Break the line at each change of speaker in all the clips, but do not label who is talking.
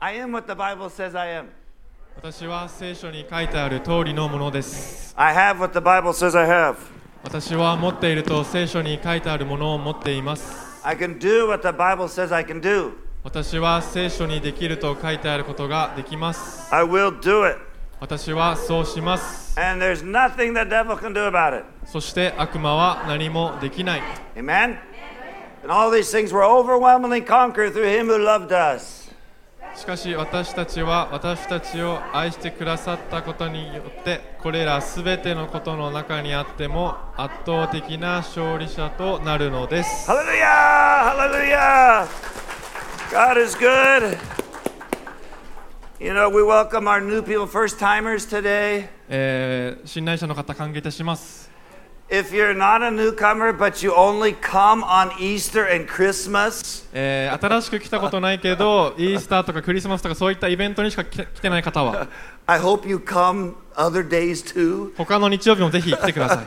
I am what the Bible says I am.
私は聖書に書いてある通りのものです。
I have what the Bible says I have.
私は持っていると聖書に書いてあるものを持っています。
I can do what the Bible says I can do.
私は聖書にできると書いてあることができます。
I will do it.
私はそうします。
And there's nothing the devil can do about it.
そして悪魔は何もできない。
Amen? And all these things were overwhelmingly conquered through him who loved us.
しかし私たちは私たちを愛してくださったことによってこれらすべてのことの中にあっても圧倒的な勝利者となるのです。
Hallelujah! Hallelujah! God is good. You know, we welcome our new people, first timers today.
えー、信頼者の方歓迎いたします。
If you're not a newcomer, but you only come on Easter and Christmas,
えー新しく来たことないけ どイースターとかクリスマスとかそういったイベントにしか来て来てない方は
I hope you come other days too.
他の日曜日もぜひ来てください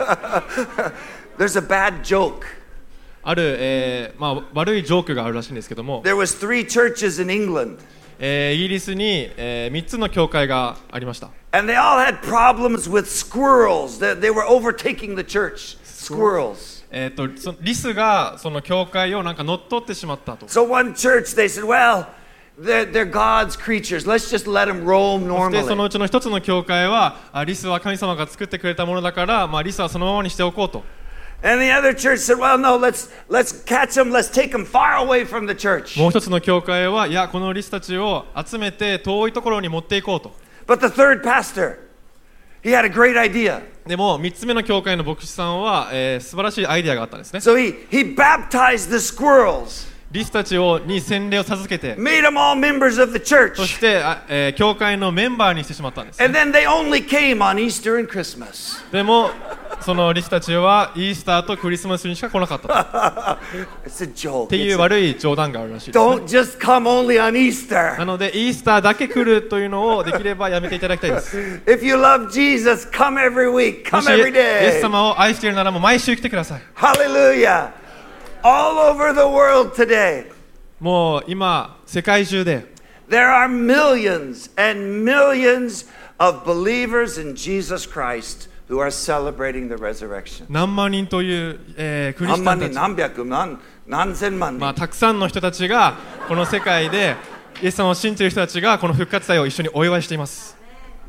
There's a bad joke.
ある、えーまあ、悪いジョークがあるらしいんですけども、
There was three churches in England,
えーイギリスに、え3つの教会がありました
and they all had problems with squirrels. They, they were overtaking the church. Squirrels.
えー、とそリスがその教会をなんか乗っ取ってしまったと。
So one church, they said, well, they're, they're God's creatures. Let's just let them roam
でその
normally.
うちの一つの教会はあリスは神様が作ってくれたものだから、まあ、リスはそのままにしておこうと
And the other church said, well, no, let's, let's catch them. Let's take them far away from the church.
もう一つの教会はいやこのリスたちを集めて遠いところに持っていこうと
But the third pastor, he had a great idea.
でも3つ目の教会の牧師さんは、えー素晴らしいアイデアがあったんですね
So he, he baptized the squirrels,
リスたちをに洗礼を授けて
made them all members of the
そ
church.
して、あえー教会のメンバーにしてしまったんです
And then they only came on Easter and Christmas.
でもそのリスたちはイースターとクリスマスにしか来なかったとっ
It's a joke.
ていう
It's-
悪い冗談があるらしいです、ね、
don't just come only on Easter.
なのでイースターだけ来るというのをできればやめていただきたいです
If you love Jesus, come every week, come
もしイ
every
エス
day.
様を愛しているならもう毎週来てください
Hallelujah. All over the world today,
もう今世界中で
there are millions and millions of believers in Jesus Christ who are celebrating the resurrection.
何万人という、えークリスチャンた
何万人、何百、何、
ちまあ、
何千万人。
たくさんの人たちがこの世界でイエス様を信じている人たちがこの復活祭を一緒にお祝いしています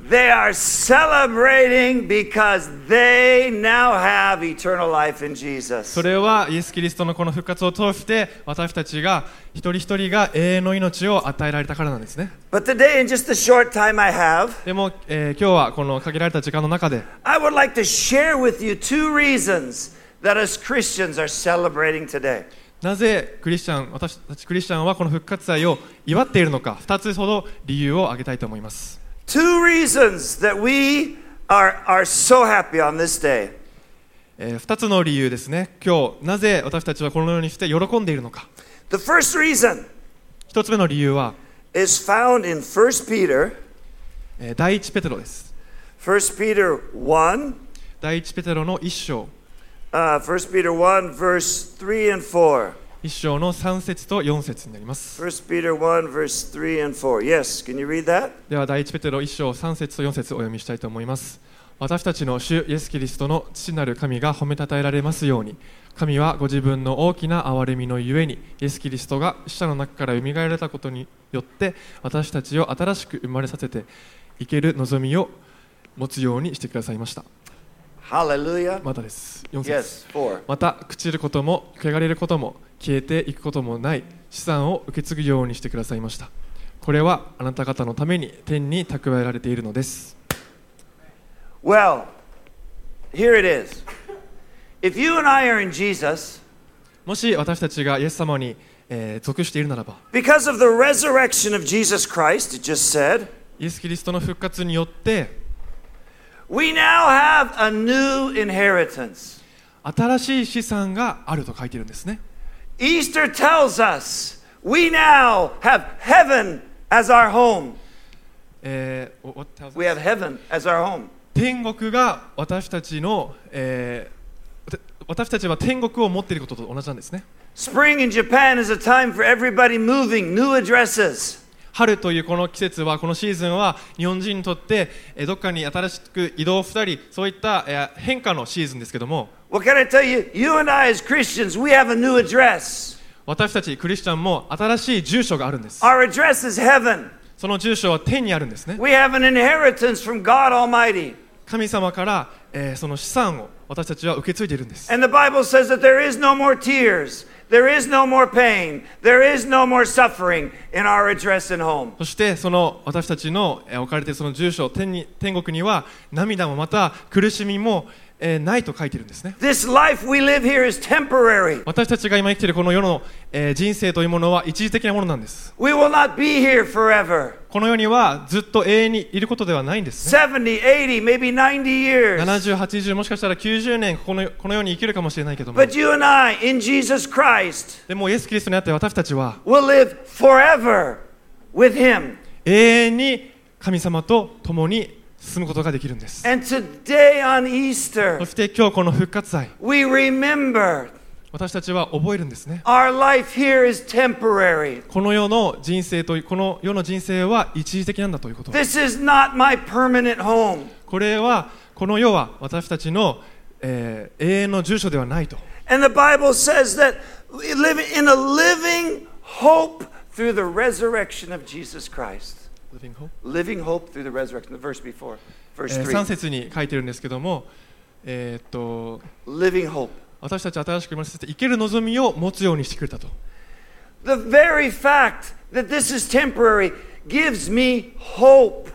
They are celebrating because they now have eternal life in Jesus.
それはイエス・キリストのこの復活を通して私たちが一人一人が永遠の命を与えられたからなんですね
But today, in just the short time I have,
でも、えー今日はこの限られた時間の中で
I would like to share with you two reasons that us Christians are celebrating today.
なぜクリスチャン私たちクリスチャンはこの復活祭を祝っているのか2つほど理由を挙げたいと思います
Two reasons that we are, are so happy on this day.
え2つの理由ですね今日なぜ私たちはこのようにして喜んでいるのか
The first reason
1つ目の理由は、
is found in 1 Peter,
えー第1ペテロです
1 Peter 1,
第1ペテロの1章
uh, 1 Peter 1, verse 3 and 4.
1章の3節と4節になります
1 Peter 1, verse 3 and 4. Yes, can you read that?
では第1ペテロ1章3節と4節をお読みしたいと思います私たちの主イエス・キリストの父なる神が褒めたたえられますように神はご自分の大きな憐れみのゆえにイエス・キリストが死者の中から蘇られたことによって私たちを新しく生まれさせていける望みを持つようにしてくださいました
Hallelujah.
またです4節
Yes, 4.
また朽ちることも汚れることも消えていくこともない資産を受け継ぐようにしてくださいましたこれはあなた方のために天に蓄えられているのです
Well, here it is. If you and I are in Jesus,
もし私たちがイエス様に、えー属しているならば
because of the resurrection of Jesus Christ, it just said,
イエス・キリストの復活によって
we now have a new inheritance.
新しい資産があると書いてるんですね
Easter tells us we now have heaven as our home.
えーおお
We have heaven as our home.
天国が私たちの、えーわた私たちは天国を持っていることと同じなんですね
Spring in Japan is a time for everybody moving, new addresses.
春というこの季節はこのシーズンは日本人にとってえーどっかに新しく移動したりそういったえー変化のシーズンですけども
What can I tell you? You and I, as Christians, we have a new address.
私たちクリスチャンも新しい住所があるんです
Our address is heaven.
その住所は天にあるんですね
We have an inheritance from God Almighty.
神様から、えーその資産を私たちは受け継いでいるんです
And the Bible says that there is no more tears, there is no more pain, there is no more suffering in our address and home.
そしてその私たちのえー置かれているその住所天に天国には涙もまた苦しみも、えーないと書いているんですね
This life we live here is temporary.
私たちが今生きているこの世の、えー人生というものは一時的なものなんです
We will not be here forever.
この世にはずっと永遠にいることではないんですね
70, 80, maybe 90 years.
7080もしかしたら90年このこの世に生きるかもしれないけども
But you and I, in Jesus Christ,
でもイエス・キリストにあって私たちは
will live forever with Him.
永遠に神様と共に進むことができるんです
And today on Easter,
そして今日この復活祭
we remember
私たちは覚えるんですね
our life here is temporary.
この世の人生というこの世の人生は一時的なんだということ
This is not my permanent home.
これはこの世は私たちの、えー永遠の住所ではないと
And the Bible says that we live in a living hope through the resurrection of Jesus Christ. Living hope through the resurrection. The verse before,
え
verse
ー
3.
3節に書いてるんですけどもえーっと
Living hope.
私たち新しく生まれさせて生ける望みを持つようにしてくれたと
The very fact that this is temporary gives me hope.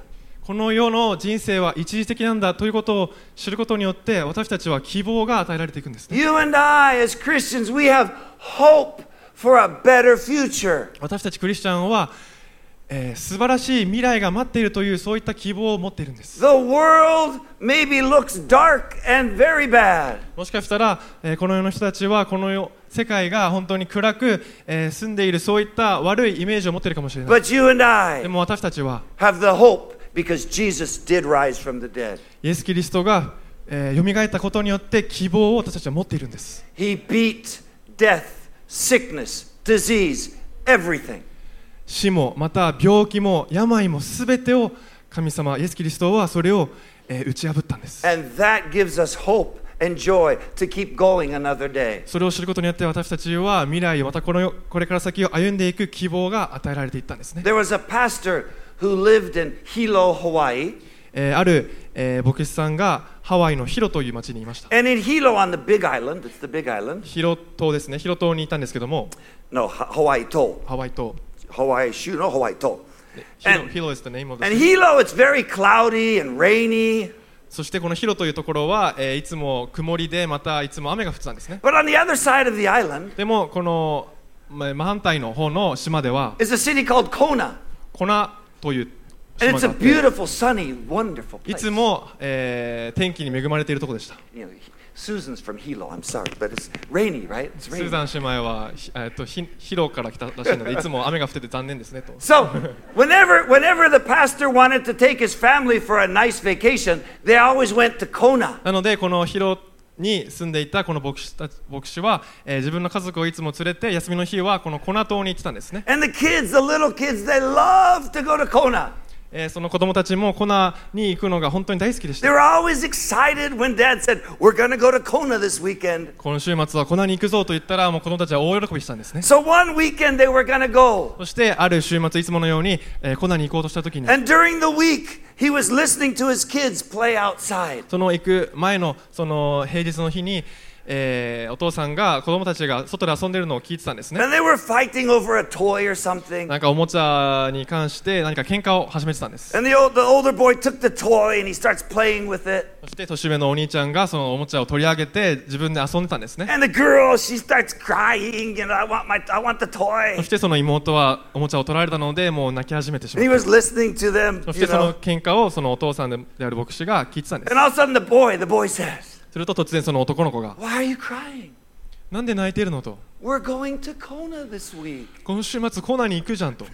この世の人生は一時的なんだということを知ることによって私たちは希望が与えられていくんですね
You and I, as Christians, we have hope for a better future.
私たちクリスチャンは、えー素晴らしい未来が待っているというそういった希望を持っているんです
The world maybe looks dark and very bad,
もしかしたら、えーこの世の人たちはこの世世界が本当に暗く、えー住んでいるそういった悪いイメージを持っているかもしれない
but you and
で
I
も私たちは
have the hope because Jesus did rise from the dead.
イエス・キリストが、えー、蘇ったことによって希望を私たちは持っているんです
He beat death, sickness, disease, everything.
死もまた病気も病もすべてを神様イエス・キリストはそれを、えー打ち破ったんです
And that gives us hope and joy to keep going another day.
それを知ることによって私たちは未来をまたこの世これから先を歩んでいく希望が与えられていったんですね、
There was a pastor who lived in Hilo, Hawaii.
えーある、えー牧師さんがハワイのヒロという町にいました
And in Hilo on the Big Island, it's the Big Island.
ヒロ島ですねヒロ島にいたんですけども
No, Ha- Hawaii Toll.
ハワイ島
Hawaii Shoe, no, Hawaii Toll.
ヒロ
And-
ヒロ is the name of the
And
city
Hilo, it's very cloudy and rainy.
そしてこのヒロというところは、えーいつも曇りでまたいつも雨が降ってたんですね
But on the other side of the island
でもこのま真反対の方の島では
is a city called Kona.
コナという
And it's a
島があって
beautiful, sunny, wonderful
い
place.
つも、えー天気に恵まれているところでした
You know, Susan's from Hilo, I'm sorry, but it's rainy, right? It's
ス
rainy.
ーザン姉妹は、ひえー、とひヒロから来たらし いのでいつも雨が降ってて残念ですねと
So, whenever, whenever the pastor wanted to take his family for a nice vacation, they always went to Kona.
なのでこのヒロに住んでいたこの牧師た牧師は、えー自分の家族をいつも連れて休みの日はこのコナ島に行ってたんですね
And the kids, the little kids, they love to go to Kona.
えーその子供たちもコナに行くのが本当に大好きでし
They
た
were always excited when dad said, We're going to go to Kona this weekend.
今週末はコナに行くぞと言ったらもう子供たちは大喜びしたんですね
So, one weekend they were going to go.
そしてある週末いつものように、えーコナに行こうとした時に
And during the week, he was listening to his kids play outside.
その行く前のその平日の日に、えーお父さんが子供たちが外で遊んでるのを聞いてたんですね
And they were fighting over a toy or something.
なんかおもちゃに関して何か喧嘩を始めてたんです
And the, old, the older boy took the toy and he starts playing with it.
そして年上のお兄ちゃんがそのおもちゃを取り上げて自分で遊んでたんですね
And the girl, she starts crying, and I want my, I want the
そ
toy.
してその妹はおもちゃを取られたのでもう泣き始めてし
And
ま
he
う
was listening to them,
そし
you
てその
know.
喧嘩をそのお父さんである牧師が聞いてたんです
And all of a sudden, the boy, the boy says,
すると突然その男の子が
"Why are you crying?
なんで泣いてるのと
We're going to Kona this week."
今週末コナに行くじゃんと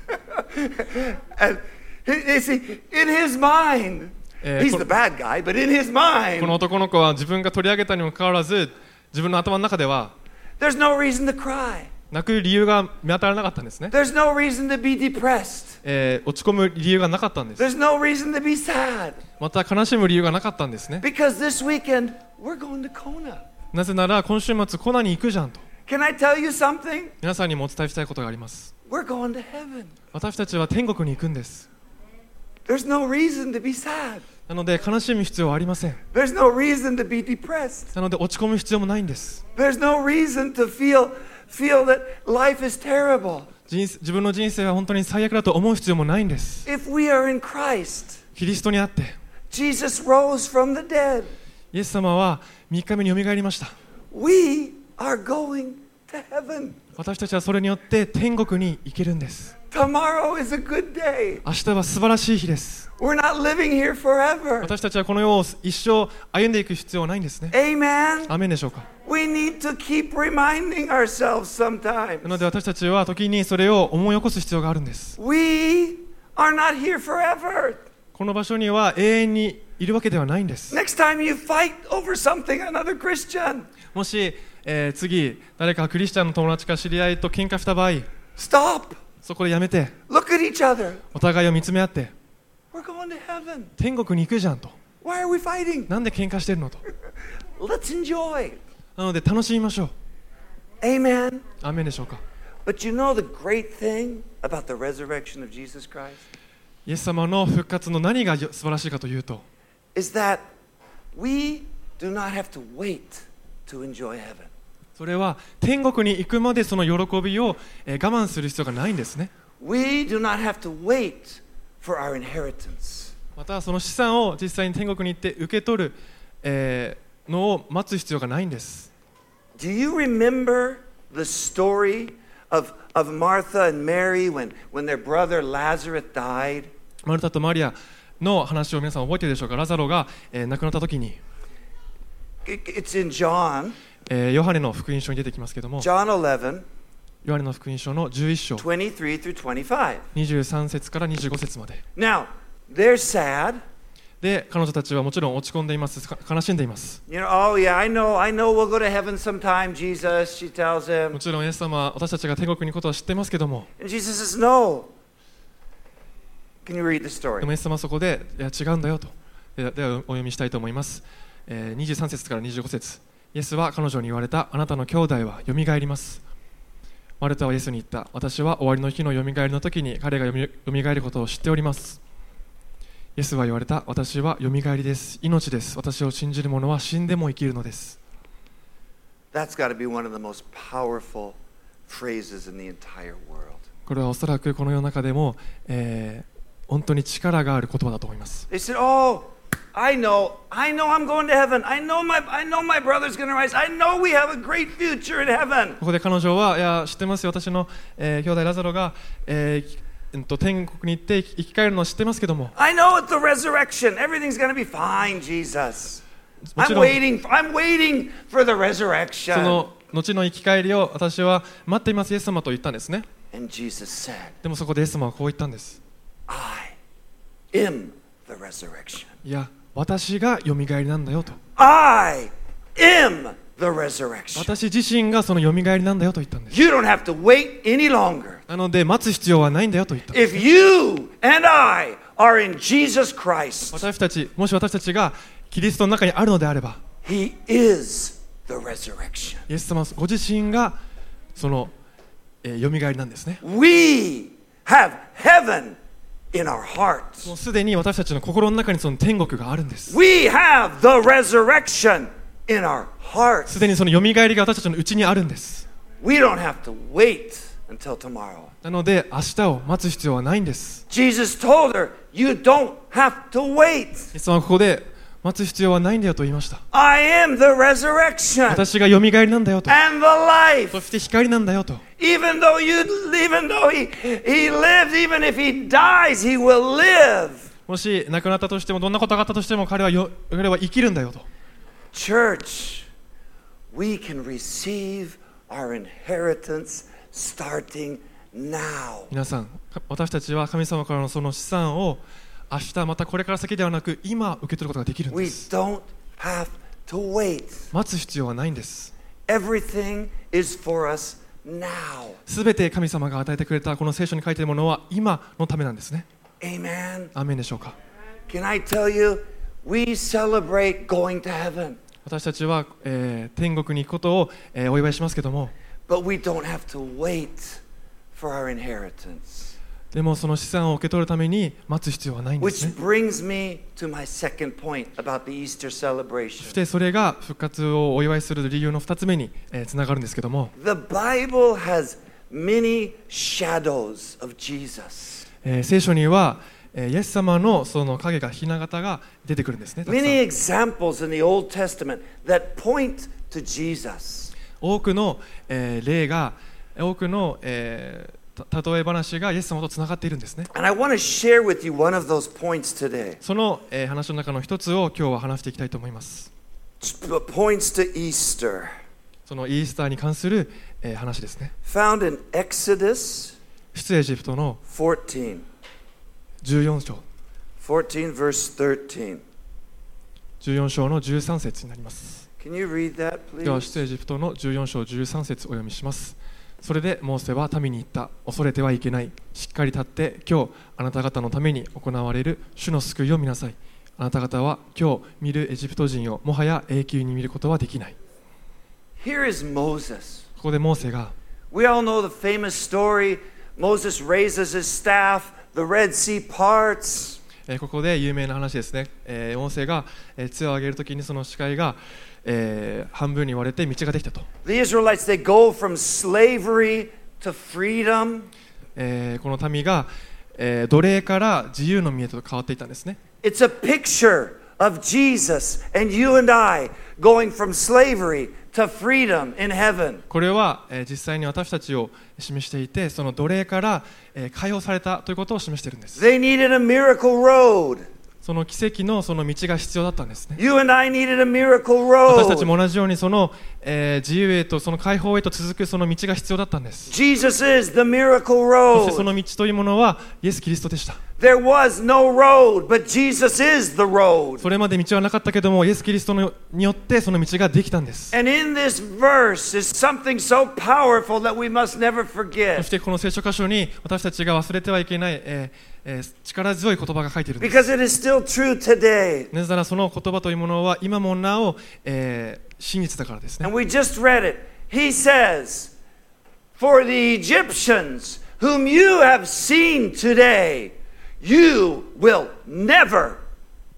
And you see, in his mind,
Eh,
he's
cor-
the bad guy, but in his
この
mind,
男の子は自分が取り上げたにもかかわらず自分の頭の中では
there's no reason to cry.
泣く理由が見当たらなかったんですね
There's no reason to be depressed.
えー落ち込む理由がなかったんです。
There's no reason to be sad
また悲しむ理由がなかったんですね。
because this weekend we're going to Kona.
なぜなら今週末コナに行くじゃんと
Can I tell you something?
皆さんにもお伝えしたいことがあります
We're going to heaven.
私たちは天国に行くんです
There's no reason to be sad.
なので悲しむ必要はありません
There's no reason to be depressed.
なので落ち込む必要もないんです
There's no reason to feel feel that life is terrible.
人生自分の人生は本当に最悪だと思う必要もないんです
If we are in Christ,
キリストにあって
Jesus rose from the dead.
イエス様は3日目によみがえりました
We are going to heaven.
私たちはそれによって天国に行けるんです
Tomorrow is a good day.
明日は素晴らしい日です
We're not living here forever.
私たちはこの世を一生歩んでいく必要はないんですね
Amen.
アーメンでしょうか
We need to keep reminding ourselves
なの
sometimes.
で私たちは時にそれを思い起こす必要があるんです
We are not here forever.
この場所には永遠にいるわけではないんです
Next time you fight over something, another Christian,
もし、えー次誰かクリスチャンの友達か知り合いと喧嘩した場合
stop.
そこでやめて
Look at each other.
お互いを見つめ合って
We're going to heaven.
天国に行くじゃんと
Why are we fighting?
なんで喧嘩してるのと
Let's enjoy.
なので楽しみましょう
Amen.
アーメンでしょうか
But you know the great thing about the resurrection of Jesus Christ
イエス様の復活の何がよ素晴らしいかというと
is that we do not have to wait to enjoy heaven.
それは天国に行くまでその喜びを、えー我慢する必要がないんですね
We do not have to wait for our inheritance.
またその資産を実際に天国に行って受け取る、えーのを待つ必要がないんです
Do you remember the story of, of Martha and Mary when, when their brother Lazarus died?
マルタとマリアの話を皆さん覚えてるでしょうかラザロが、えー亡くなった時に
It- It's in John,
えーヨハネの福音書に出てきますけども、
John 11,
ヨハネの福音書の11章、
23 through 25.
23節から25節まで。
Now, they're sad.
で、彼女たちはもちろん落ち込んでいます、か悲しんでいます。
You know, oh yeah, I know, I know we'll go to heaven sometime, Jesus, she tells
も
him.
ちろん、イエス様は私たちが天国に行くことは知ってますけども、
And Jesus says, no. Can you read the
で
story?
もイエス様はそこで、いや違うんだよと。ででは、お読みしたいと思います。えー23節から25節イエスは彼女に言われた、あなたの兄弟はよみがえります。マルタはイエスに言った、私は終わりの日のよみがえりの時に彼がよみよみがえることを知っております。イエスは言われた、私はよみがえりです、命です、私を信じる者は死んでも生きるのです。
That's got to be one of the most powerful phrases in the entire world.
これはおそらくこの世の中でも、えー本当に力がある言葉だと思います。
They said, oh, I know, I know I'm going to heaven. I know my, I know my brother's going to rise. I know we have a great future in heaven.
ここで彼女は、いや、知ってますよ、私の、えー兄弟ラザロが、えーきうんと天国に行って生き生き返るのは知ってますけども、
I know at the resurrection, everything's going to be fine, Jesus.
もち
I'm
ろん、
waiting, I'm waiting for the
そ
resurrection.
の後の生き返りを私は待っています、イエス様と言ったんですね。
And Jesus said,
でもそこでイエス様はこう言ったんです。
I am the resurrection.
いや、私がよみがえりなんだよと。
I am the resurrection.
私自身がそのよみがえりなんだよと言ったんです。
You don't have to wait any longer.
なので、待つ必要はないんだよと言ったんです
If you and I are in Jesus Christ,
私たち、もし私たちがキリストの中にあるのであれば、
He is the resurrection.
イエス様ご自身がその、えー、蘇りなんですね
We have heaven in our hearts.
もうすでに私たちの心の中にその天国があるんです
We have the resurrection in our hearts.
すでにその蘇りが私たちのうちにあるんです
We don't have to wait until tomorrow.
なので明日を待つ必要はないんです
Jesus told her, You don't have to wait.
イエス様はここで待つ必要はないんだよと言いました
I am the resurrection
私が蘇りなんだよと
and the
そ
life.
して光なんだよと
Even though you, even though he, he lives, even if he dies, he will live.
もし亡くなったとしてもどんなことがあったとしても彼はよ彼は生きるんだよと
Church, we can receive our inheritance starting now.
皆さんか私たちは神様からのその資産を明日またこれから先ではなく今受け取ることができるんで
We
す
don't have to wait.
待つ必要はないんです
Everything is for us now.
すべて神様が与えてくれたこの聖書に書いているものは今のためなんですね。
Amen.
アーメンでしょうか。
Can I tell you, we celebrate going to heaven,
私たちは、えー天国に行くことを、えーお祝いしますけども、
but we don't have to wait for our inheritance.
でもその資産を受け取るために待つ必要はないんです
Which
ね。
brings me to my second point about the Easter
そし
celebration.
てそれが復活をお祝いする理由の2つ目にえーつな、がるんですけども、
The Bible has many shadows of Jesus,
えー聖書には、えーイエス様のその影がひな形が出てくるんですねたくさ
many
ん
examples in the Old Testament that point to Jesus.
多くの、えー例が多くの、えーた例え話がイエス様とつながっているんですね
And I want to share with you one of those points today.
その、えー話の中の一つを今日は話していきたいと思います。
Points to Easter,
そのイースターに関する、えー話ですね。
found in Exodus
出エジプトの
14,
14章、
14 verse 13.
14章の13節になります。
Can you read that,
では
please?
出エジプトの14章13節お読みします。それでモーセは民に言った。恐れてはいけない。しっかり立って今日あなた方のために行われる主の救いを見なさい。あなた方は今日見るエジプト人をもはや永久に見ることはできない。
Here is Moses.
ここでモーセが
We all know the famous story. Moses raises his staff, the Red Sea parts.
えーここで有名な話ですね、えー、音声が、えー、杖を上げるときにその視界が、えー半分に割れて道ができたと、
The Israelites, they go from slavery to freedom.
えーこの民が、えー奴隷から自由の見えと変わっていったんですね
It's a picture of Jesus and you and I going from slavery to freedom in heaven.
これは、えー実際に私たちを示していてその奴隷から、えー解放されたということを示しているんです
They needed a miracle road.
その奇跡のその道が必要だったんですね
You and I needed a miracle
私たち
road.
も同じようにその、えー自由へとその解放へと続くその道が必要だったんです
Jesus is the miracle
そしてそ
road.
の道というものはイエス・キリストでした
There was no road, but Jesus is the road.
それまで道はなかったけどもイエス・キリストのによってその道ができたんです
And in this verse is something so powerful that we must never
そし
forget.
てこの聖書箇所に私たちが忘れてはいけない、えーえー力強い言葉が書いているんです
Because it is still true today.
なぜならその言葉というものは今もなお、えー真実だからですね
And we just read it. He says, For the Egyptians whom you have seen today, you will never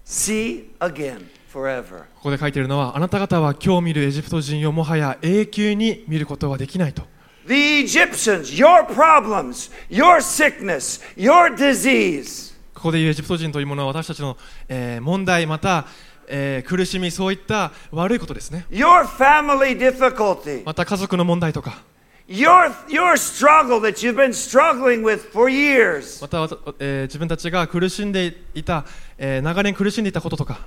see again forever.
ここで書いているのはあなた方は今日見るエジプト人をもはや永久に見ることはできないと
The Egyptians, your problems, your sickness, your disease,
ここで言うエジプト人というものは私たちの、えー問題また、えー苦しみそういった悪いことですね
your family difficulty,
また家族の問題とか
your, your struggle that you've been struggling with for years,
また、わたえー自分たちが苦しんでいた、えー長年苦しんでいたこととか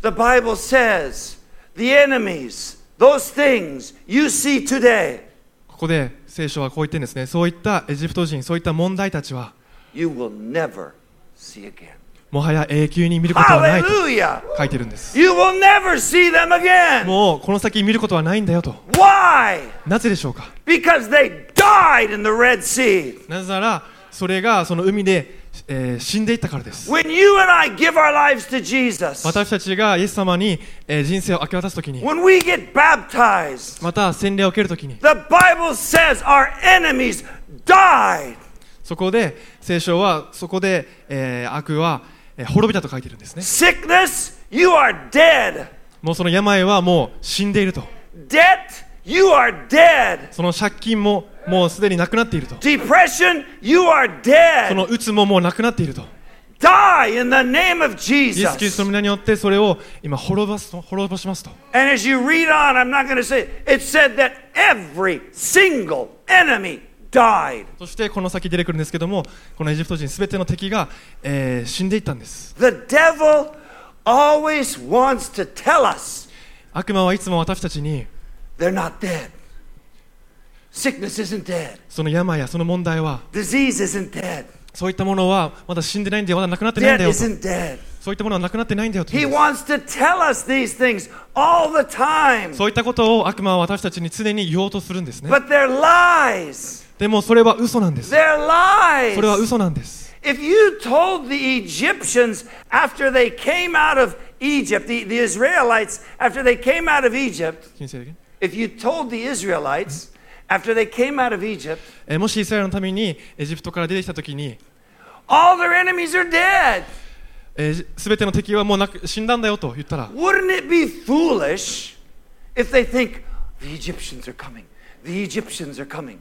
the Bible says, the enemies, those things you see today,
ここで聖書はこう言ってるんですねそういったエジプト人そういった問題たちは
you will never see again.
もはや永久に見ることはないと
Hallelujah!
書いてるんです
You will never see them again.
もうこの先見ることはないんだよと
Why?
なぜでしょうか
Because they died in the Red Sea.
なぜならそれがその海で、えー死んでいったからです
When you and I give our lives to Jesus,
私たちがイエス様に、えー人生を明け渡すときに
when we get baptized,
また洗礼を受けるときに
the Bible says our enemies died.
そこで聖書はそこで、えー悪は、えー滅びたと書いてるんですね
Sickness, you are dead.
もうその病はもう死んでいると
Debt, you are dead.
その借金ももうすでになくなっていると
Depression, you are
そ
dead.
の鬱ももうなくなっていると
Die in the name of
イエス・キリス
Jesus.
トの皆によってそれを今滅ぼすと滅ぼしますと
And as you read on, I'm not going to say it, it said that every single enemy died.
そしてこの先出てくるんですけどもこのエジプト人全ての敵が、えー死んでいったんです
The devil always wants to tell us
悪魔はいつも私たちに
they're not dead. Sickness isn't dead.
その病やその問題は
Disease isn't dead.
そういったものはまだ死んでないんだよまだなくなってないん
Debt
だよと
isn't dead.
そういったものはなくなってないんだよと言
He
うんで
wants
す
to tell us these things all the time,
そういったことを悪魔は私たちに常に言おうとするんですね
but they're lies.
でもそれは嘘なんです
They're lies.
それは嘘なんです
If you told the Egyptians after they came out of Egypt, the, the Israelites, after they came out of Egypt,
金星で
if you told the Israelites after they came out of Egypt,
えーもしイスラエルのためにエジプトから出てきた時に
all their enemies are dead,
すべての敵はもうなく死んだんだよと言ったら
wouldn't it be foolish if they think the Egyptians are coming? The Egyptians are coming.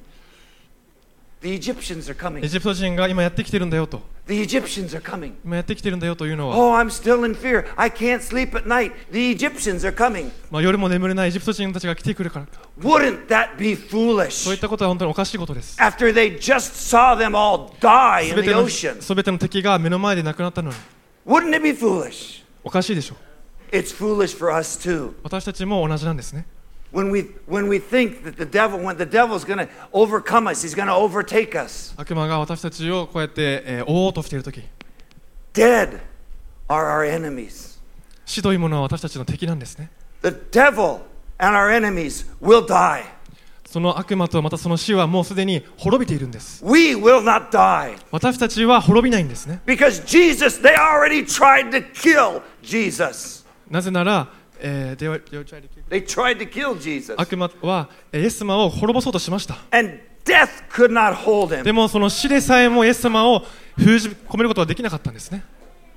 The Egyptians are
エ
coming.
ジプト人が今やってきてるんだよと
The Egyptians are coming.
今やってきてるんだよというのは、
Oh, I'm still in fear. I can't sleep at night. The Egyptians are coming.
まあ、夜も眠れないエジプト人たちが来てくるから
Wouldn't that be
そうい
foolish?
ったことは本当におかしいことです
After they just saw them all die
す
in
べて
the
の
ocean.
全ての敵が目の前で亡くなったのに
Wouldn't it be foolish?
おかしいでしょ
It's foolish for us too.
私たちも同じなんですね
When we when we think that the devil when the devil's going to overcome us, he's going to overtake us.
悪魔が私たちをこうやって、えー覆おうとしている時
Dead are our enemies.
死というものは私たちの敵なんですね
The devil and our enemies will die.
その悪魔とまたその死はもうすでに滅びているんです
We will not die
私たちは滅びないんですね
because Jesus they already tried to kill Jesus.
なぜなら、えーではでは
They tried to kill Jesus
悪魔はえーイエス様を滅ぼそうとしました
and death could not hold him.
でもその死でさえもイエス様を封じ込めることはできなかったんですね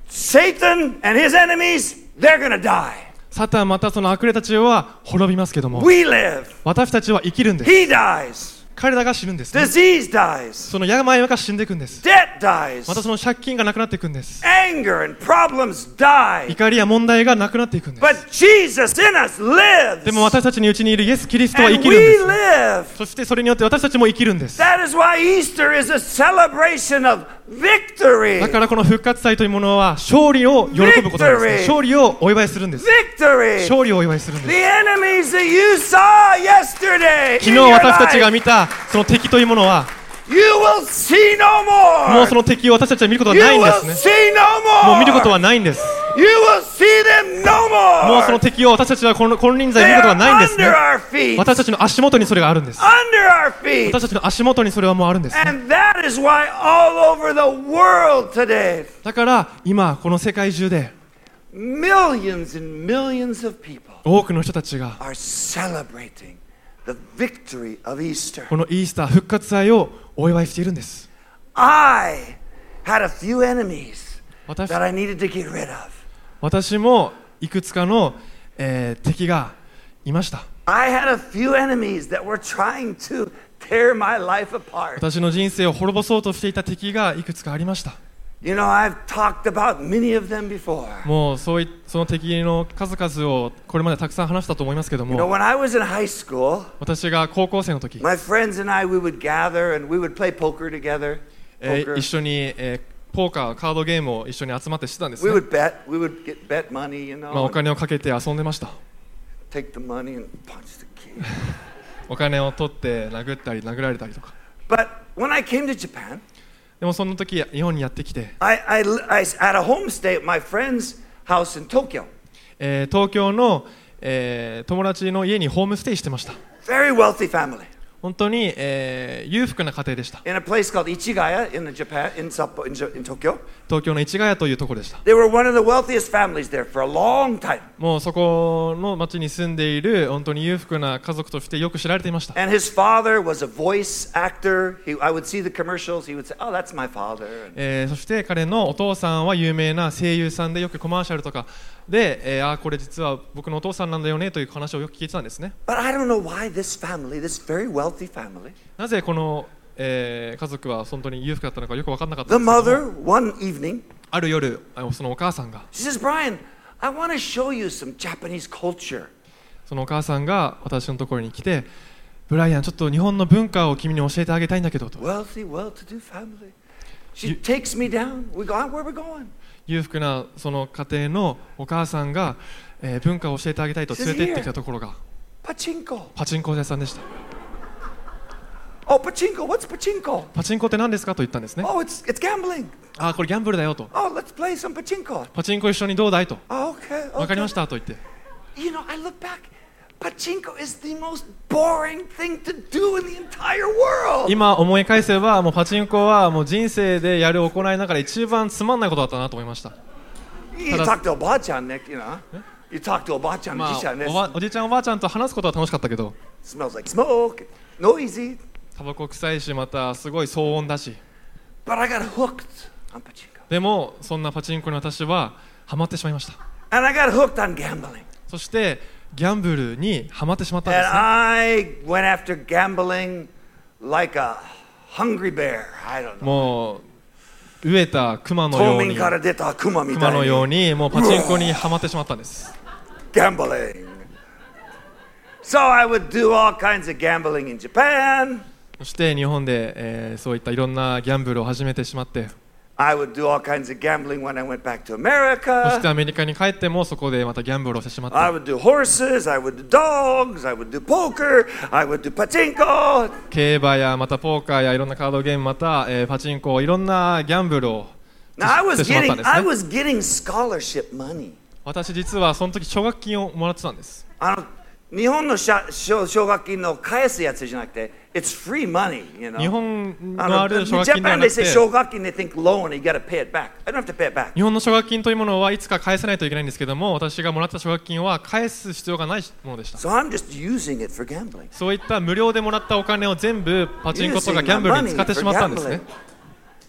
Satan and his enemies, they're going to die.
サタンまたその悪霊たちは滅びますけども
We live.
私たちは生きるんです
He dies.
彼らが死ぬんです、ね、
Disease dies.
その病が死んでいくんです。
Debt dies.
またその借金がなくなっていくんです。
Anger and problems die.
怒りや問題がなくなっていくんです。
But Jesus in us lives.
でも私たちにうちにいるイエス・キリストは生
And
きるんで
we
す。
live.
そしてそれによって私たちも生きるんです。
That is why Easter is a celebration of victory.
だからこの復活祭というものは勝利を喜ぶことなんで
Victory.
す、ね。勝利をお祝いするんです。
Victory.
勝利をお祝いするん
The
です。
enemies that you saw yesterday.
昨
in
日
your
私たちが
life,
見たその敵というものは
you will see no more.
もうその敵を私たちは見ることは
you
ないんで
will
すね。
see no
もう
more.
見ることはないんです。
You will see them no more.
もうその敵を私たちはこの金輪際
They
見るこ
are
とはないんですね
under。our feet.
私たちの足元にそれがあるんです。
Under our feet.
私たちの足元にそれはもうあるんです、ね。
And that is why all over the world today,
だから今この世界中で
millions and millions of people
多くの人たちが
are celebrating the victory of Easter.
このイースター復活祭をお祝いしているんです
I had a few enemies
私
that I needed to get rid of.
私もいくつかの、えー敵がいました
I had a few enemies that were trying to tear my life apart.
私の人生を滅ぼそうとしていた敵がいくつかありました
You know, I've talked about many of them before.
もうそういその敵の数々をこれまでたくさん話したと思いますけど
You know,
も
when I was in high school,
私が高校生の時、
My friends and I, we would gather and we would play poker together.
えー
Poker.
一緒に、えーポーカーカードゲームを一緒に集まってしてたんです
We
ね、
would bet. We would get bet money, you know.
まあ、お
and
金をかけて遊んでました
Take the money and punch the kid.
お金を取って殴ったり殴られたりとか
But when I came to Japan,
でもその時日本にやってきて
I, I, I s- had a homestay at my friend's house in Tokyo.
えー東京の、えー友達の家にホームステイしてました。
Very wealthy family
本当に、えー裕福な家庭でした。
in a place called Ichigaya in the Japan in, Sappo, in, Ja- in Tokyo.
東京の市ヶ谷というところでした。
They were one of the wealthiest families there for a long time.
もうそこの町に住んでいる本当に裕福な家族としてよく知られていました。
And his father was a voice actor. He, I would see the commercials. He would say, "Oh, that's my father." And
えーそして彼のお父さんは有名な声優さんでよくコマーシャルとかで、えーあーこれ実は僕のお父さんなんだよねという話をよく聞いてたんですね。
But I don't know why this family, this very wealthy family,
なぜこの、えー家族は本当に裕福だったのかよく分かんなかった
the
んですけども
mother, one evening,
ある夜あのそのお母さんが
she says, Brian, I want to show you some Japanese culture.
そのお母さんが私のところに来て、ブライアン、ちょっと日本の文化を君に教えてあげたいんだけどと、
Wealthy, well to do family. She
You-
takes me down. We go, "Ah, where are we going?
裕福なその家庭のお母さんが、えー文化を教えてあげたいと連れてってきたところが
Pachinko.
パチンコ屋さんでした。
Oh, pachinko. What's pachinko?
パチンコって何ですかと言ったんですね
Oh, it's, it's gambling.
ああこれギャンブルだよと
Oh, let's play some pachinko.
パチンコ一緒にどうだいと
Oh, okay.
分かり
okay.
ましたと言って
You know, I look back. Pachinko is the most boring thing to do in the entire world.
今思い返せばもうパチンコはもう人生でやる行いの中で一番つまんないことだったなと思いました
You talk to Obachan, Nick, you know. You talk to Obachan,
ま
Jishan,
あ
this
おばおじいちゃんおばあちゃんと話すことは楽しかったけど
smells like smoke, noisy.
タバコ臭いしまたすごい騒音だし
But I got hooked on pachinko.
でもそんなパチンコに私はハマってしまいました
And I got hooked on gambling.
そしてギャンブルにハマってしまったん
And
ですね
I went after gambling like a hungry bear. I don't know.
もう飢えた熊のよう
冬
に熊のよう
眠から出た熊みたいに。
にもうパチンコにハマってしまったんです
Gambling. So I would do all kinds of gambling in Japan.
そして日本で、えーそういったいろんなギャンブルを始めてしまって
I would do all kinds of gambling when I went back to
そして
America.
アメリカに帰ってもそこでまたギャンブルをしてしまっ
I
て
would do horses, I would do dogs, I would do poker, I would do pachinko.
競馬やまたポーカーやいろんなカードゲームまた、えーパチンコいろんなギャンブルを
Now I was
してしま
getting
ったんです
I
ね
was getting scholarship money.
私実はその時奨学金をもらってたんです
あの日本の奨奨奨学金の返すやつじゃなくて、it's free money, you know.
日本
あ
のあ
の
る奨学金で
Japan
はな
they
くて
say 奨学金 they think loan, you gotta pay it back. I don't have to pay it back.
日本の奨学金というものはいつか返さないといけないんですけども私がもらった奨学金は返す必要がないものでした
So I'm just using it for gambling.
そういった無料でもらったお金を全部パチンコとか
Using
ギ
my
ャンブル
money
に使って
for
しまったんですね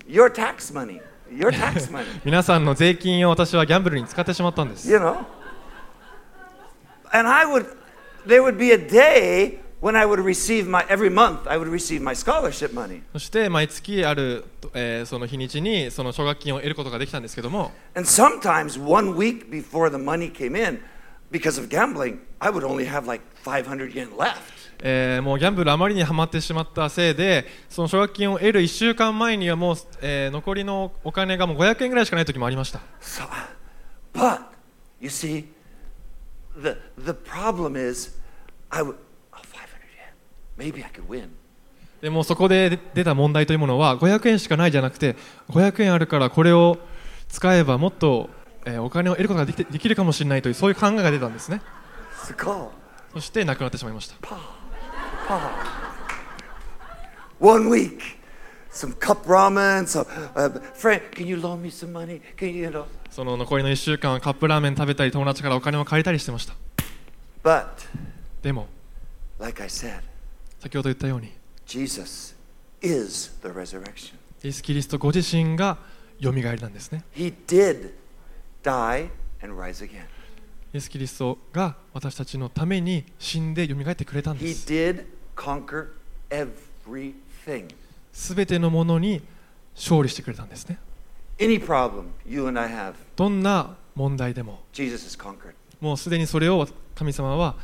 gambling. Your tax money. Your tax money.
皆さんの税金を私はギャンブルに使ってしまったんです
you know and i would there would be a day when i would receive my every month i would receive my scholarship money
そして毎月ある、えーその日にちにその奨学金を得ることができたんですけども
and sometimes one week before the money came in because of gambling i would only have like 500 yen left
えーもうギャンブルあまりにはまってしまったせいでその奨学金を得る1週間前にはもう、えー残りのお金がもう500円ぐらいしかない時もありました
so but you see the the problem is i would oh, 500 yen maybe i could win
でもそこで出出た問題というものは500円しかないじゃなくて500円あるからこれを使えばもっと、えーお金を得ることができてできるかもしれないというそういう考えが出たんですね
it's a call
そして亡くなってしまいました
one week. Some cup ramen. Some uh, friend, can you loan me some money? Can you, you know?
その残りの1週間はカップラーメン食べたり友達からお金を借りたりしてました
But
でも
like I said,
先ほど言ったように
Jesus is the resurrection.
イエス・キリストご自身がよみがえりなんですね
He did die and rise again.
イエス・キリストが私たちのために死んでよみがえってくれたんで
He
す
did conquer everything.
すべてのものに勝利してくれたんですね
Any problem you and I have,
どんな問題でも
Jesus has conquered.
もうすでにそれを神様は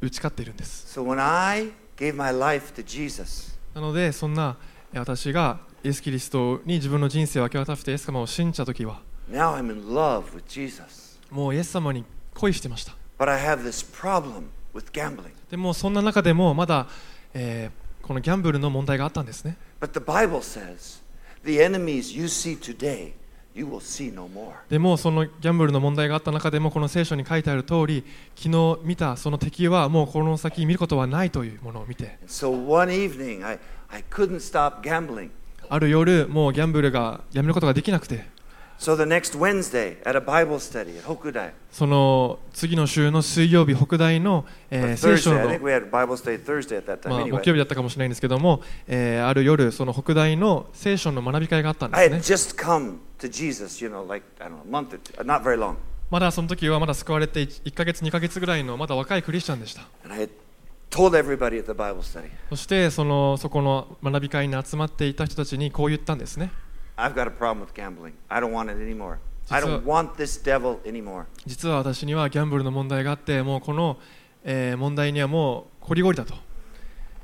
打ち勝っているんです
So when I gave my life to Jesus,
なのでそんなえ私がイエス・キリストに自分の人生を明け渡してイエス様を信じた時は
now I'm in love with Jesus.
もうイエス様に恋してました
But I have this problem with gambling.
でもそんな中でもまだ、えーこのギャンブルの問題があったんですね
But the Bible says the enemies you see today, you will see no more.
でもそのギャンブルの問題があった中でもこの聖書に書いてある通り昨日見たその敵はもうこの先見ることはないというものを見て
And so one evening, I, I couldn't stop gambling.
ある夜もうギャンブルがやめることができなくて
So the next Wednesday, at a Bible study at Hokudai,
その次の週の水曜日北大の、えー
or
聖書
Thursday, I
の
think we had Bible study Thursday at that time.
まあ、木曜
Anyway,
日だったかもしれないんですけども、えーある夜その北大の聖書の学び会があったんで
I had
すね
just come to Jesus, you know, like, I don't know, a month or two, uh, not very long.
まだその時はまだ救われて 1, ヶ月2ヶ月ぐらいのまだ若いクリスチャンでした
And I had told everybody at the Bible study,
そしてそのそこの学び会に集まっていた人たちにこう言ったんですね
I've got a problem with gambling. I don't want it anymore. I
So-
don't want this devil anymore.
実は私にはギャンブルの問題があってもうこの、えー問題にはもうこりごりだと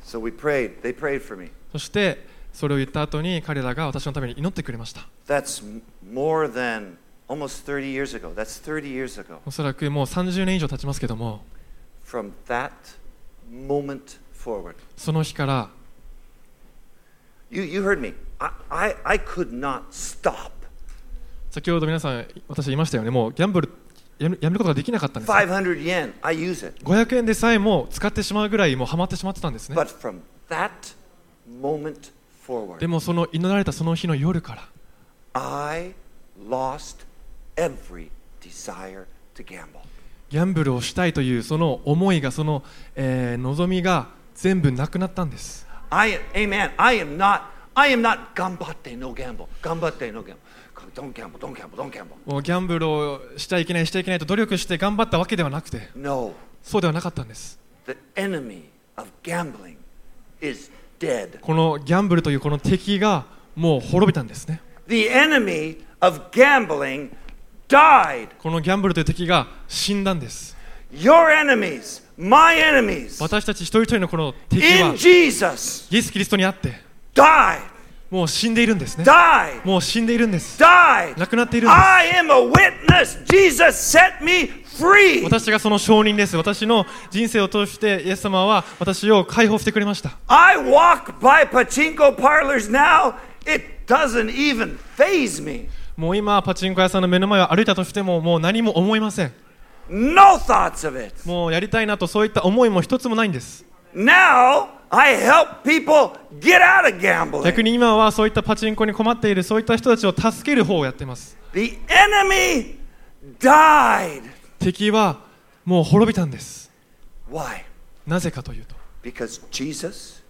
So we prayed. They prayed for me.
そしてそれを言った後に彼らが私のために祈ってくれました
That's m- more than almost 30 years ago. That's 30 years ago.
おそらくもう30年以上経ちますけども
From that moment forward,
その日から
You, you heard me. I, I, I could not stop.
先ほど皆さん私言いましたよねもうギャンブルやめやめることができなかったんですよ
500 yen, I use it.
500円でさえも使ってしまうぐらいもうハマってしまってたんですね
But from that moment
で
forward,
もその祈られたその日の夜から
I lost every desire to gamble.
ギャンブルをしたいというその思いがその、えー望みが全部なくなったんです
I amen. I am not. I am not gambatte no gamble. Gambatte no gamble. Don't gamble. Don't gamble. Don't gamble.
もうギャンブルをしちゃいけないしちゃいけないと努力して頑張ったわけではなくて
No,
そうではなかったんです
the enemy of gambling is dead.
このギャンブルというこの敵がもう滅びたんですね
The enemy of gambling died.
このギャンブルという敵が死んだんです
Your enemies, my enemies,
私たち一人一人のこの敵は
in
イ
Jesus
エス・キリストにあって
died,
もう死んでいるんですね
died,
もう死んでいるんです亡
died.
くなっているんです
I am a witness. Jesus set me free.
私がその証人です私の人生を通してイエス様は私を解放してくれました
I walk by pachinko parlors now. It doesn't even phase me.
もう今パチンコ屋さんの目の前を歩いたとしてももう何も思いません
No thoughts of it.
もうやりたいなとそういった思いも一つもないんです
Now I help people get out of gambling.
逆に今はそういったパチンコに困っているそういった人たちを助ける方をやっています
The enemy died.
敵はもう滅びたんです
Why?
なぜかというと
Because Jesus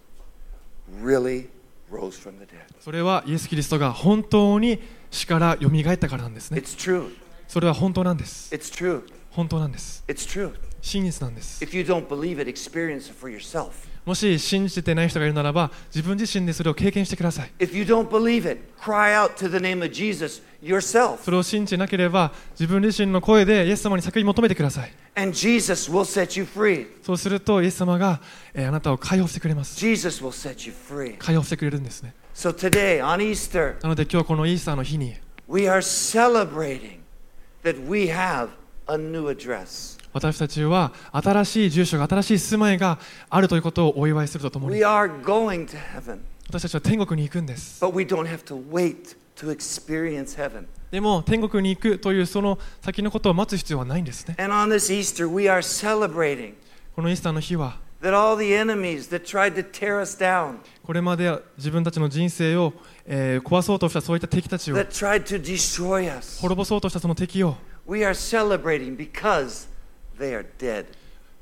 really rose from the dead.
それはイエス・キリストが本当に死から蘇ったからなんですね
It's true.
それは本当なんです
It's true.
本当なんです
It's true.
真実なんです
If you don't believe it, experience it for yourself.
もし信じてない人がいるならば自分自身でそれを経験してください
If you don't believe it, cry out to the name of Jesus yourself,
それを信じなければ自分自身の声でイエス様に叫び求めてください
and Jesus will set you free.
そうするとイエス様が、えーあなたを解放してくれます
Jesus will set you free.
解放してくれるんですね
So today, on Easter,
なので今日このイースターの日に
we are celebrating that we have a new address.
私たちは新しい住所が新しい住まいがあるということをお祝いするととも
We
に
are going to heaven,
私たちは天国に行くんです
but we don't have to wait to experience heaven.
でも天国に行くというその先のことを待つ必要はないんですね
And on this Easter, we are celebrating
このイースターの日は
that all the enemies that tried to tear us down,
これまで自分たちの人生を、えー壊そうとしたそういった敵たちを
that tried to destroy us,
滅ぼそうとしたその敵を
we are celebrating because they are dead.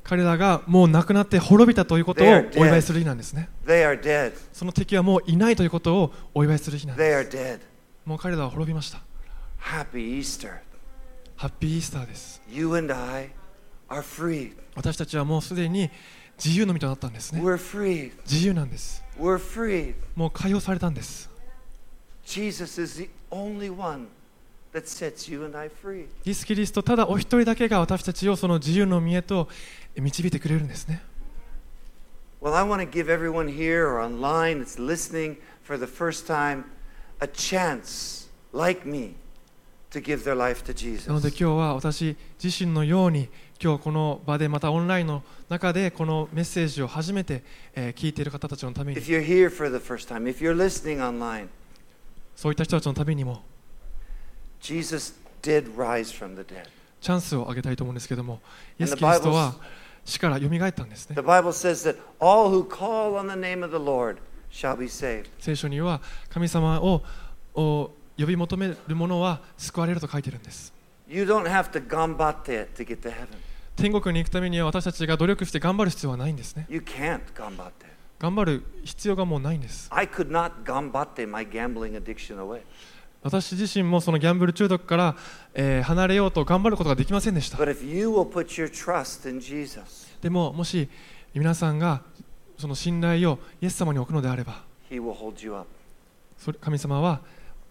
彼らがもう亡くなって滅びたということを
They are dead.
お祝いする日なんですね
They are dead.
その敵はもういないということをお祝いする日なんで
They are dead.
もう彼らは滅びました
Happy Easter.
ハッピーイースターです
You and I are free.
私たちはもうすでに自由の身となったんですね
We're free.
自由なんです
We're free.
もう解放されたんです
Jesus is the only one that sets you and I free.
イエス・キリストただお一人だけが私たちをその自由の身へと導いてくれるんですね
Well, I want to give everyone here or online that's listening for the first time a chance, like me, to give their life to
なので
Jesus.
今日は私自身のように今日この場でまたオンラインの中でこのメッセージを初めて、えー聞いている方たちのために
If you're here for the first time, if you're listening online,
そういった人たちのためにも
Jesus did rise from the dead.
チャンスをあげたいと思うんですけどもイエ
And the
ス・キリストは死から蘇ったんですね
The Bible says that all who call on the name of the Lord shall be saved.
聖書には神様をを呼び求める者は救われると書いてるんです
You don't have to gambatte it to get to heaven.
天国に行くためには私たちが努力して頑張る必要はないんですね
You can't gambatte.
頑張る必要がもうないんです
I could not gambatte my gambling addiction away.
私自身もそのギャンブル中毒から、えー離れようと頑張ることができませんでした
But if you will put your trust in Jesus,
でももし皆さんがその信頼をイエス様に置くのであれば
He will hold you up
それ神様は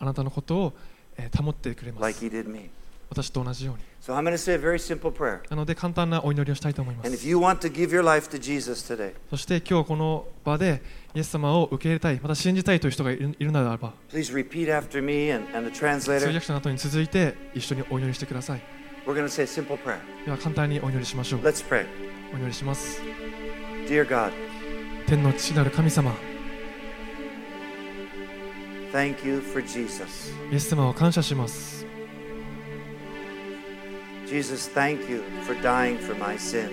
あなたのことを、えー保ってくれま
like
す
He did me.
私と同じように
So I'm going to say a very simple prayer.
なので簡単なお祈りをしたいと思いま
And if
す
you want to give your life to Jesus today,
そして今日この場でイエス様を受け入れたいまた信じたいという人がいるいるならば
please repeat after me and, and the
通
translator.
訳者の後に続いて一緒にお祈りしてください
We're going to say a simple prayer.
では簡単にお祈りしましょう
Let's pray.
お祈りします
Dear God,
天の父なる神様
Thank you for Jesus.
イエス様を感謝します。
Jesus, thank you for dying for my sins.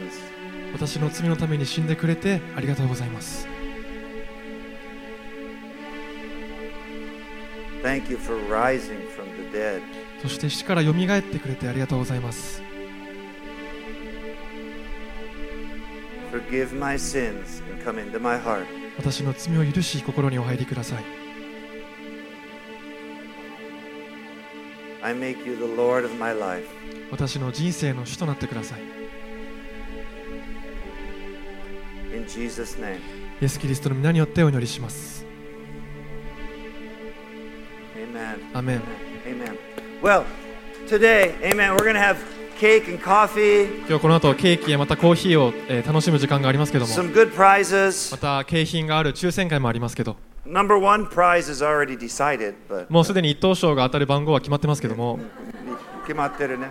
私の罪のために死んでくれてありがとうございます。
Thank you for rising from the dead.
そして死から蘇ってくれてありがとうございます。
Forgive my sins and come into my heart.
私の罪を許し心にお入りください。
I make you the Lord of my life.
私の人生の主となってください。イ
In Jesus' name.
エス・キリストの皆によってお祈りします。
Amen.
アメン。
Amen. Well, today, amen, we're going to have cake and coffee,
今日この後ケーキやまたコーヒーを、えー楽しむ時間がありますけども、
some good prizes.
また景品がある抽選会もありますけど、
Number one prize is already decided, but.
もうすでに一等賞が当たる番号は決まってますけども、
決まってるね。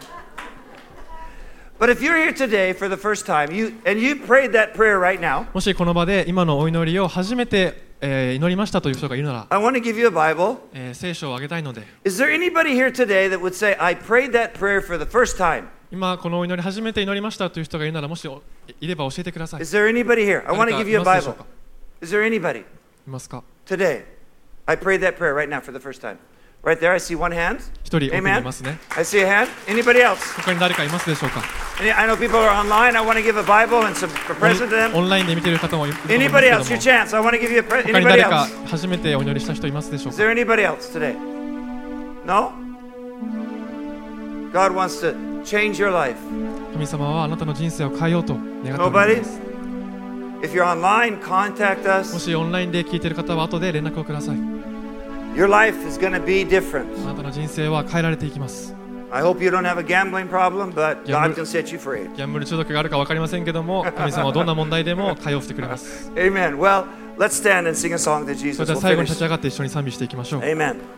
But if you're here today for the first time, you and you prayed that prayer right now,
もしこの場で今のお祈りを初めて、えー祈りましたという人がいるなら、
I want to give you a Bible.
えー聖書をあげたいので、
Is there anybody here today that would say, I prayed that prayer for the first time?
今このお祈り初めて祈りましたという人がいるなら、もしおいれば教えてください。
Is there anybody here? I want
誰
to
か
give you
い
a
ますでしょう
Bible.
か
Is there anybody
いますか
today? I prayed that prayer right now for the first time. Right there, I see one hand.
一人奥にい
Amen.
ますね。
I see a hand. Anybody else?
他に誰かいますでしょうか
Any- I know people are online. I want to give a Bible and some a present to
オ
them.
ンラインで見てる方もいると思います
Anybody
けど
else?
も
Your chance. I want to give you a present.
他に
Anybody
誰か
else?
初めてお祈りした人いますでしょう
Is
か
there anybody else today? No? God wants to change your life.
神様はあなたの人生を変えようと願っておられ
Nobody?
ます
If you're online, contact
も
us.
しオンラインで聞いている方は後で連絡をください
Your life is going to be different.
あなたの人生は変えられていきます
I hope you don't have a gambling problem, but God
Gamble-
can set you free.
ギャンブル中毒があるか分かりませんけども神様はどんな問題でも対応してくれます
Amen. Well, let's stand and sing a song to
それ
Jesus.
では
We'll
最後に立
finish.
ち上がって一緒に賛美していきましょう
Amen.